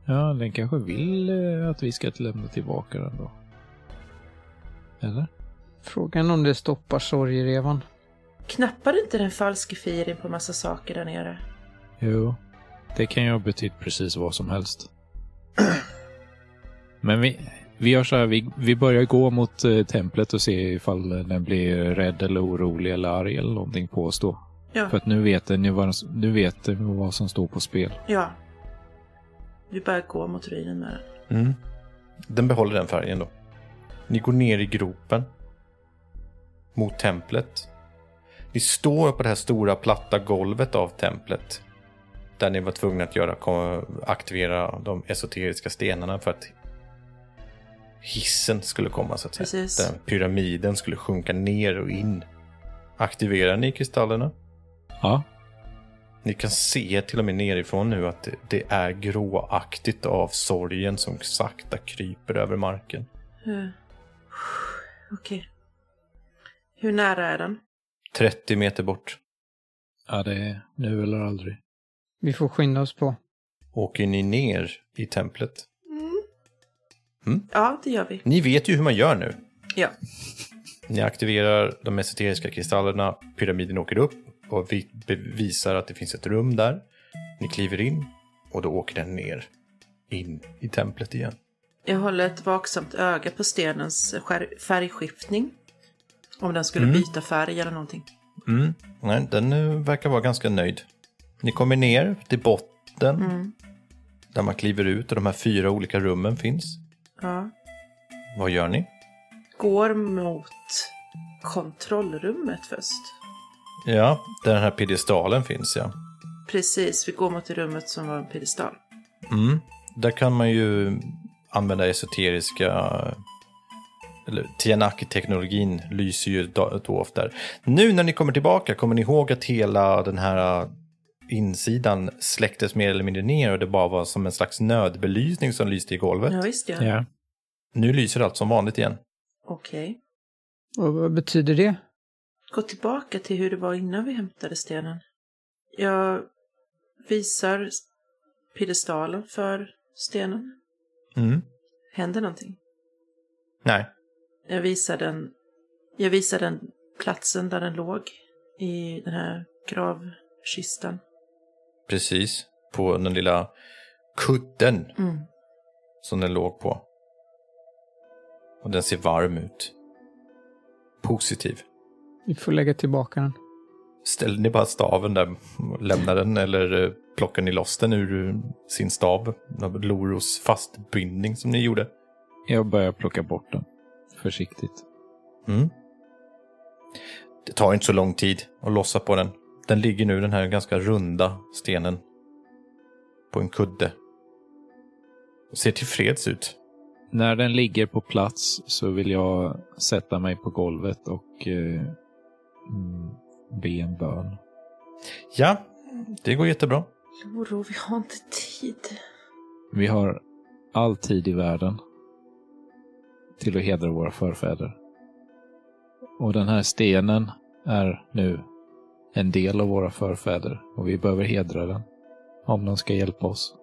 D: Ja, den kanske vill eh, att vi ska lämna tillbaka den då. Eller?
C: frågan om det stoppar sorgerevan.
B: Knappar inte den falske firin på massa saker där nere?
D: Jo. Det kan ju ha betytt precis vad som helst. Men vi, vi gör så här, vi, vi börjar gå mot eh, templet och se ifall den blir rädd eller orolig eller arg eller någonting på oss då.
B: Ja.
D: För att nu vet den ju vad, nu vet den ju vad som står på spel.
B: Ja. Vi börjar gå mot ruinen med den.
A: Mm. Den behåller den färgen då. Ni går ner i gropen. Mot templet. Ni står på det här stora platta golvet av templet. Där ni var tvungna att göra, ko- aktivera de esoteriska stenarna för att hissen skulle komma så att säga.
B: Precis.
A: Den pyramiden skulle sjunka ner och in. Aktiverar ni kristallerna?
D: Ja,
A: Ni kan se till och med nerifrån nu att det- det är gråaktigt av sorgen som sakta kryper över marken.
B: Hur- Okej. Hur nära är den?
A: 30 meter bort.
D: ja det är nu eller aldrig.
C: Vi får skynda oss på.
A: Åker ni ner i templet?
B: Ja, det gör vi.
A: Ni vet ju hur man gör nu.
B: Ja.
A: Ni aktiverar de esoteriska kristallerna, pyramiden åker upp och vi bevisar att det finns ett rum där. Ni kliver in och då åker den ner. In i templet igen.
B: Jag håller ett vaksamt öga på stenens skär- färgskiftning. Om den skulle byta färg eller någonting.
A: Mm. Nej, den eh, verkar vara ganska nöjd. Ni kommer ner till botten. Där man kliver ut och de här fyra olika rummen finns.
B: Ja.
A: Vad gör ni?
B: Går mot kontrollrummet först.
A: Ja, där den här piedestalen finns ja.
B: Precis, vi går mot det rummet som var en piedestal.
A: Mm. Där kan man ju använda esoteriska... Eller Tianaki-teknologin lyser ju då då ofta. där. Nu när ni kommer tillbaka, kommer ni ihåg att hela den här insidan släcktes mer eller mindre ner och det bara var som en slags nödbelysning som lyste i golvet?
B: Ja, visst ja.
D: Ja.
A: Nu lyser allt som vanligt igen.
B: Okej.
C: Och vad betyder det?
B: Gå tillbaka till hur det var innan vi hämtade stenen. Jag visar piedestalen för stenen.
A: Mm.
B: Händer någonting?
A: Nej.
B: Jag visar den, jag visar den platsen där den låg i den här gravkistan.
A: Precis. På den lilla kudden
B: Mm.
A: som den låg på. Och den ser varm ut. Positiv.
C: Vi får lägga tillbaka den.
A: Ställer ni bara staven där och lämnar den eller eh, plockar ni loss den ur eh, sin stav? Av Loros fastbindning som ni gjorde?
D: Jag börjar plocka bort den. Försiktigt.
A: Mm. Det tar inte så lång tid att lossa på den. Den ligger nu, den här ganska runda stenen, på en kudde. Och ser tillfreds ut.
D: När den ligger på plats så vill jag sätta mig på golvet och eh, mm, be en bön.
A: Ja, det går jättebra.
B: Loro, vi har inte tid.
D: Vi har all tid i världen till att hedra våra förfäder. Och den här stenen är nu en del av våra förfäder och vi behöver hedra den om de ska hjälpa oss.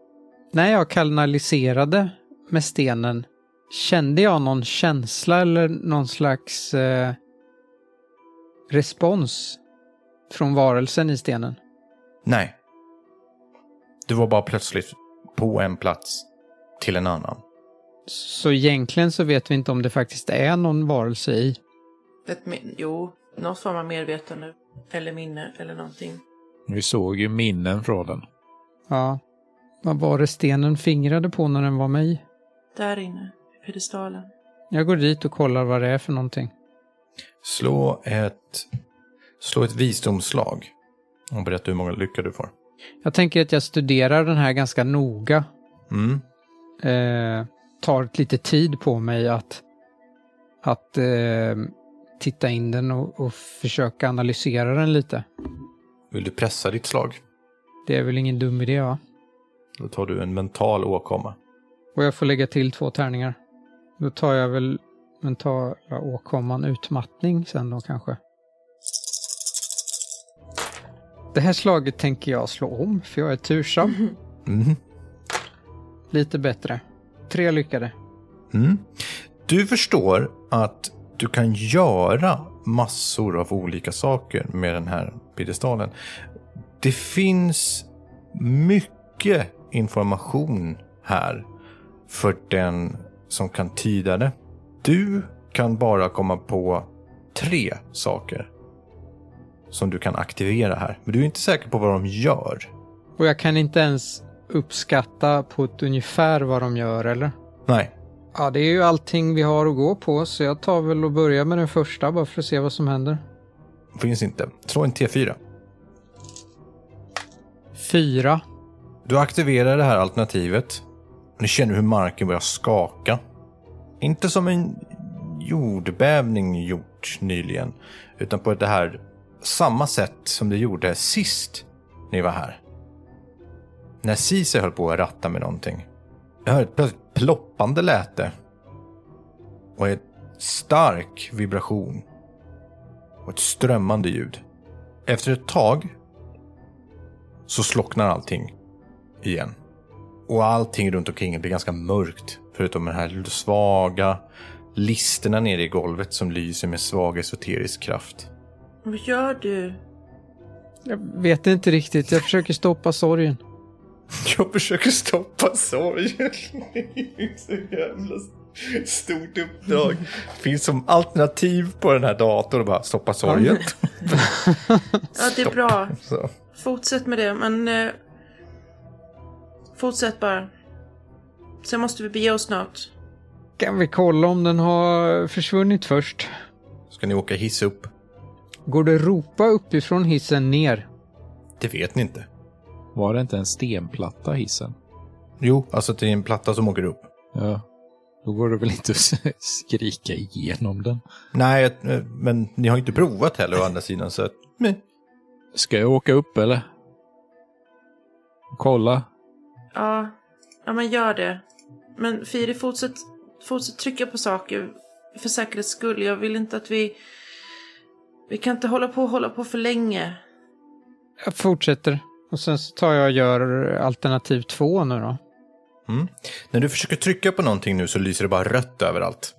C: När jag kanaliserade med stenen, kände jag någon känsla eller någon slags eh, respons från varelsen i stenen?
A: Nej. Du var bara plötsligt på en plats till en annan.
C: Så egentligen så vet vi inte om det faktiskt är någon varelse i.
B: Ett min- jo, någon form av medvetande eller minne eller någonting.
D: Vi såg ju minnen från den.
C: Ja. Vad var det stenen fingrade på när den var med i?
B: Där inne, i pedestalen.
C: Jag går dit och kollar vad det är för någonting.
A: Slå ett, slå ett visdomslag. Och berätta hur många lyckor du får.
C: Jag tänker att jag studerar den här ganska noga.
A: Mm.
C: Eh, tar lite tid på mig att, att eh, titta in den och, och försöka analysera den lite.
A: Vill du pressa ditt slag?
C: Det är väl ingen dum idé va?
A: Då tar du en mental åkomma.
C: Och jag får lägga till två tärningar. Då tar jag väl mentala åkomman utmattning sen då kanske. Det här slaget tänker jag slå om, för jag är tursam.
A: Mm.
C: Lite bättre. Tre lyckade.
A: Mm. Du förstår att du kan göra massor av olika saker med den här piedestalen. Det finns mycket information här för den som kan tyda det. Du kan bara komma på tre saker som du kan aktivera här. Men du är inte säker på vad de gör.
C: Och jag kan inte ens uppskatta på ett ungefär vad de gör, eller?
A: Nej,
C: Ja, det är ju allting vi har att gå på, så jag tar väl och börjar med den första bara för att se vad som händer.
A: finns inte. Slå en T4.
C: Fyra.
A: Du aktiverar det här alternativet. Ni känner hur marken börjar skaka. Inte som en jordbävning gjort nyligen, utan på det här samma sätt som det gjorde sist ni var här. När Cise höll på att ratta med någonting. Jag hörde ett plötsligt ploppande läte. Och en stark vibration. Och ett strömmande ljud. Efter ett tag så slocknar allting igen. Och allting runt omkring blir ganska mörkt. Förutom den här svaga listerna nere i golvet som lyser med svag esoterisk kraft.
B: Vad gör du?
C: Jag vet inte riktigt, jag försöker stoppa sorgen.
A: Jag försöker stoppa sorgen. Det är ju så jävla stort uppdrag. Finns som alternativ på den här datorn och bara stoppa sorgen.
B: Ja, det är bra.
A: Så.
B: Fortsätt med det, men... Eh, fortsätt bara. Sen måste vi bege oss snart.
C: Kan vi kolla om den har försvunnit först?
A: Ska ni åka hiss upp?
C: Går det att ropa uppifrån hissen ner?
A: Det vet ni inte.
D: Var det inte en stenplatta hissen?
A: Jo, alltså det är en platta som åker upp.
D: Ja. Då går det väl inte att skrika igenom den?
A: Nej, eh, men ni har ju inte provat heller å andra sidan så att, meh.
D: Ska jag åka upp eller? Kolla.
B: Ja, ja men gör det. Men Firi, fortsätt, fortsätt trycka på saker för säkerhets skull. Jag vill inte att vi... Vi kan inte hålla på och hålla på för länge.
C: Jag fortsätter. Och sen så tar jag och gör alternativ två nu då.
A: Mm. När du försöker trycka på någonting nu så lyser det bara rött överallt.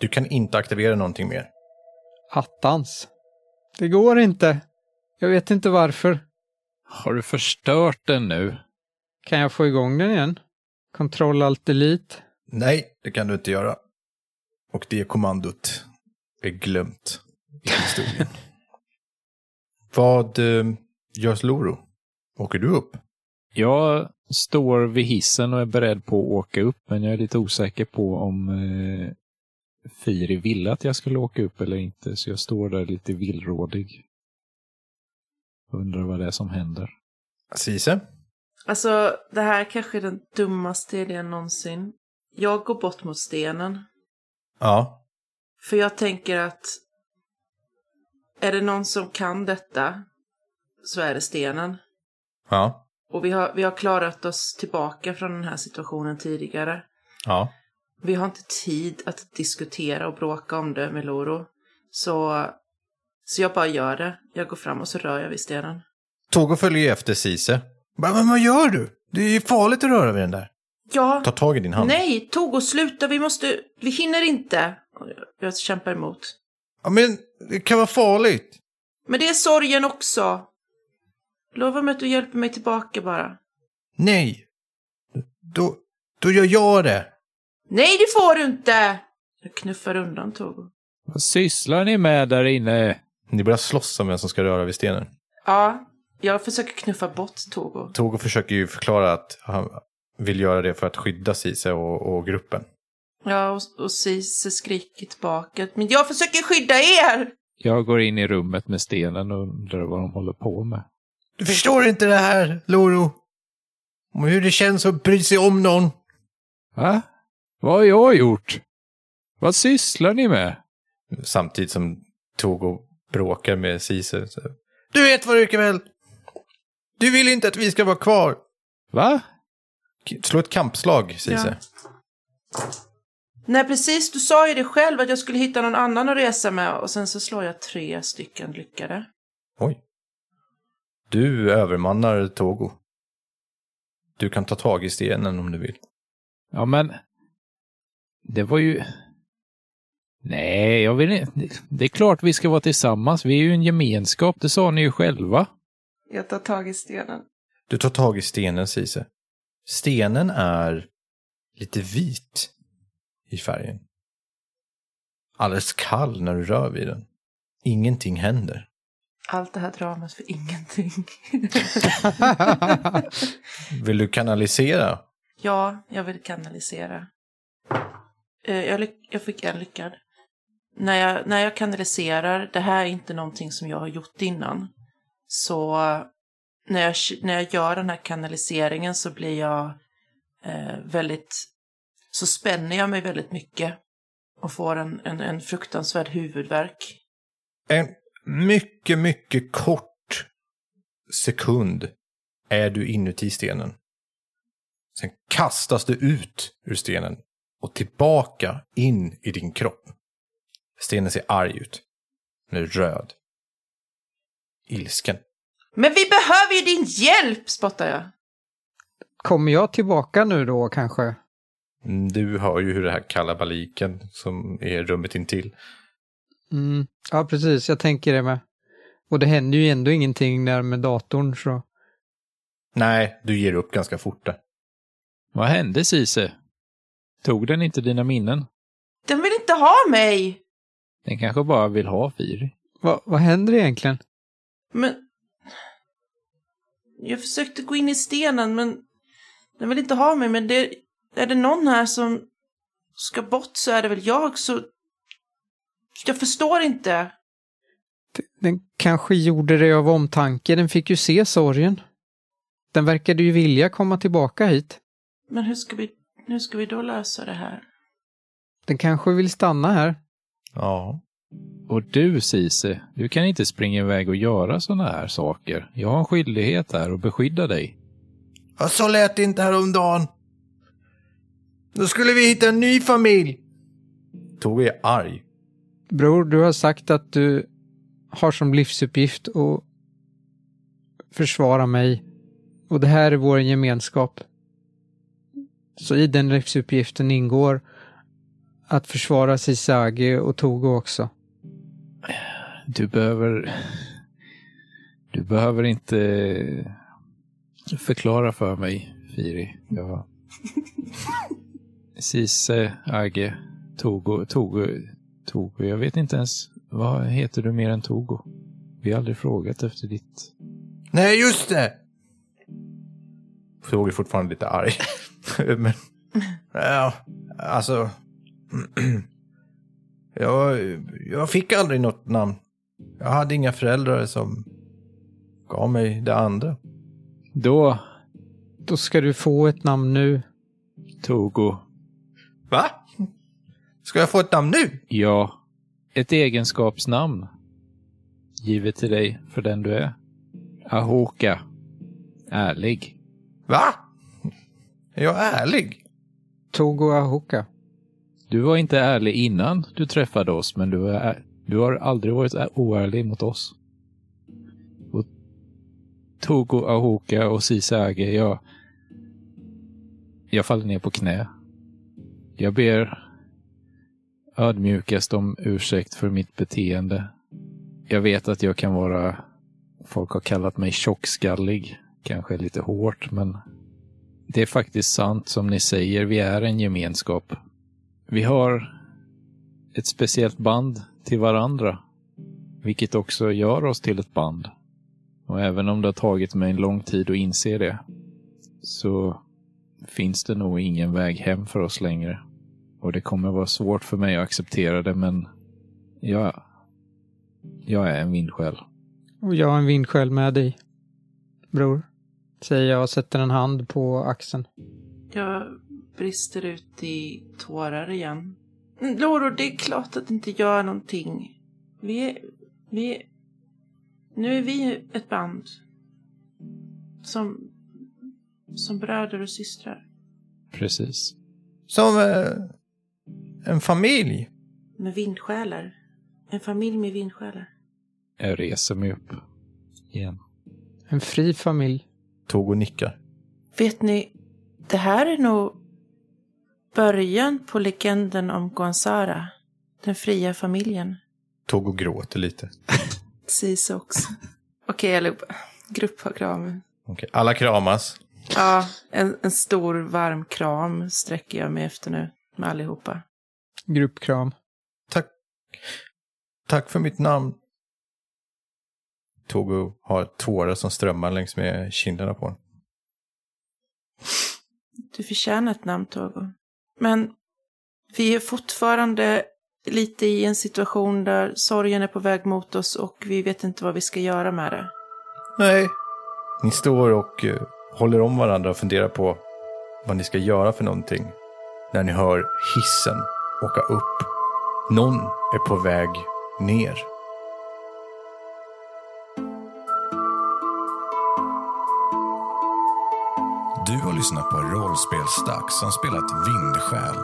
A: Du kan inte aktivera någonting mer.
C: Attans. Det går inte. Jag vet inte varför.
D: Har du förstört den nu?
C: Kan jag få igång den igen? Ctrl Alt Delete.
A: Nej, det kan du inte göra. Och det kommandot är glömt i historien. Vad eh, gör Loro? Åker du upp?
D: Jag står vid hissen och är beredd på att åka upp, men jag är lite osäker på om eh, Firi ville att jag skulle åka upp eller inte, så jag står där lite villrådig. Undrar vad det är som händer.
A: Cise?
B: Alltså, det här kanske är den dummaste idén någonsin. Jag går bort mot stenen.
A: Ja.
B: För jag tänker att... Är det någon som kan detta så är det stenen.
A: Ja.
B: Och vi har, vi har klarat oss tillbaka från den här situationen tidigare.
D: Ja.
B: Vi har inte tid att diskutera och bråka om det med Loro. Så, så jag bara gör det. Jag går fram och så rör jag vid stenen.
A: Togo följer ju efter Sise. Bara, Men vad gör du? Det är ju farligt att röra vid den där.
B: Ja,
A: Ta tag i din hand.
B: nej, Togo sluta, vi måste, vi hinner inte. Och jag- Jag kämpar emot.
A: Ja, men det kan vara farligt.
B: Men det är sorgen också. Lova mig att du hjälper mig tillbaka bara.
A: Nej. Då, då gör jag det.
B: Nej, det får du inte! Jag knuffar undan Togo.
D: Vad sysslar ni med där inne?
A: Ni börjar slåss om vem som ska röra vid stenen.
B: Ja, jag försöker knuffa bort Togo.
A: Togo försöker ju förklara att han vill göra det för att skydda Sise och, och gruppen.
B: Ja, och, och Cise skriker tillbaka. Men jag försöker skydda er!
D: Jag går in i rummet med stenen och undrar vad de håller på med.
A: Du förstår inte det här, Loro. Om hur det känns att bry sig om någon.
D: Va? Vad har jag gjort? Vad sysslar ni med?
A: Samtidigt som Togo bråkar med Sise. Så. Du vet vad du är väl. Du vill inte att vi ska vara kvar.
D: Va?
A: K- Slå ett kampslag, Sise.
B: Nej, precis. Du sa ju det själv att jag skulle hitta någon annan att resa med. Och sen så slår jag tre stycken lyckade.
A: Oj. Du övermannar Togo. Du kan ta tag i stenen om du vill.
D: Ja, men... Det var ju... Nej, jag vill inte... det- Det är klart vi ska vara tillsammans. Vi är ju en gemenskap, det sa ni ju själva.
B: Jag tar tag i stenen.
A: Du tar tag i stenen, Sise. Stenen är lite vit i färgen. Alldeles kall när du rör vid den. Ingenting händer.
B: Allt det här dramat för ingenting.
A: Vill du kanalisera?
B: ja, jag vill kanalisera. Eh, Jag, lyck- jag fick en lyckad. När jag, när jag kanaliserar, det här är inte någonting som jag har gjort innan. Så när jag, när jag gör den här kanaliseringen så blir jag eh, väldigt, så spänner jag mig väldigt mycket och får en, en, en fruktansvärd huvudvärk.
A: En mycket, mycket kort sekund är du inuti stenen. Sen kastas du ut ur stenen och tillbaka in i din kropp. Stenen ser arg ut. Den är röd. Ilsken.
B: Men vi behöver ju din hjälp, spottar jag.
C: Kommer jag tillbaka nu då kanske?
A: Mm, Du hör ju hur det här kalabaliken som är rummet intill.
C: Mm. Ja, precis. Jag tänker det med. Och det händer ju ändå ingenting där med datorn så.
A: Nej, du ger upp ganska fort där.
D: Vad hände, Sise? Tog den inte dina minnen?
B: Den vill inte ha mig!
D: Den kanske bara vill ha Firi.
C: Va, vad händer egentligen?
B: Men... Jag försökte gå in i stenen, men... Den vill inte ha mig, men det... Är det någon här som ska bort så är det väl jag, så... Jag förstår inte.
C: Den kanske gjorde det av omtanke. Den fick ju se sorgen. Den verkade ju vilja komma tillbaka hit.
B: Men hur ska vi... Hur ska vi då lösa det här?
C: Den kanske vill stanna här.
A: Ja.
D: Och du, Sise, du kan inte springa iväg och göra sådana här saker. Jag har en skyldighet här att beskydda dig.
A: Så lät det inte häromdagen. Då skulle vi hitta en ny familj. Tove är arg.
C: Bror, du har sagt att du har som livsuppgift att försvara mig. Och det här är vår gemenskap. Så i den livsuppgiften ingår att försvara Sisagi och Togo också.
D: Du behöver... Du behöver inte förklara för mig, Firi. Jag... Sise, Agge, Togo, Togo, Togo. Jag vet inte ens. Vad heter du mer än Togo? Vi har aldrig frågat efter ditt...
A: Nej, just det! Tove är fortfarande lite arg. Men, ja, alltså... jag, jag fick aldrig något namn. Jag hade inga föräldrar som gav mig det andra.
D: Då,
C: Då ska du få ett namn nu.
D: Togo,
A: Va? Ska jag få ett namn nu?
D: Ja, ett egenskapsnamn. Givet till dig för den du är. Ahoka. Ärlig.
A: Va? Är jag ärlig?
C: Togo Ahoka.
D: Du var inte ärlig innan du träffade oss, men du, är, du har aldrig varit ä- oärlig mot oss. Och Togo Ahoka och Sisage, jag... Jag faller ner på knä. Jag ber ödmjukast om ursäkt för mitt beteende. Jag vet att jag kan vara... Folk har kallat mig tjockskallig. Kanske lite hårt, men... Det är faktiskt sant som ni säger, vi är en gemenskap. Vi har ett speciellt band till varandra, vilket också gör oss till ett band. Och även om det har tagit mig en lång tid att inse det, så finns det nog ingen väg hem för oss längre. Och det kommer vara svårt för mig att acceptera det, men jag, jag är en vindsjäl.
C: Och jag har en vindsköld med dig. Bror. Säger jag och sätter en hand på axeln.
B: Jag brister ut i tårar igen. Mm, Loro, det är klart att inte gör någonting. Vi är, vi är, Nu är vi ett band. Som, som bröder och systrar.
D: Precis.
A: Som eh, en familj.
B: Med vindsjälar. En familj med vindsjälar.
D: Jag reser mig upp igen.
C: En fri familj.
A: Togo nickar.
B: Vet ni, det här är nog början på legenden om Guanzara. Den fria familjen.
A: Togo gråter lite.
B: Precis också. Okej allihopa. Grupp har kram.
A: Okej, Alla kramas.
B: Ja, en, en stor varm kram sträcker jag mig efter nu med allihopa.
C: Gruppkram.
A: Tack. Tack för mitt namn. Togo har tårar som strömmar längs med kinderna på honom.
B: Du förtjänar ett namn, Togo. Men vi är fortfarande lite i en situation där sorgen är på väg mot oss och vi vet inte vad vi ska göra med det.
A: Nej. Ni står och eh, håller om varandra och funderar på vad ni ska göra för någonting. När ni hör hissen åka upp. Någon är på väg ner. Du har lyssnat på Rollspelsdags som spelat Vindsjäl.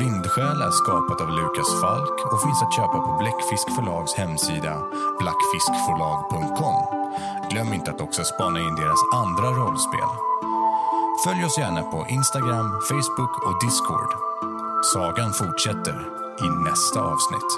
A: Vindsjäl är skapat av Lukas Falk och finns att köpa på Bläckfisk förlags hemsida blackfiskförlag.com. Glöm inte att också spana in deras andra rollspel. Följ oss gärna på Instagram, Facebook och Discord. Sagan fortsätter i nästa avsnitt.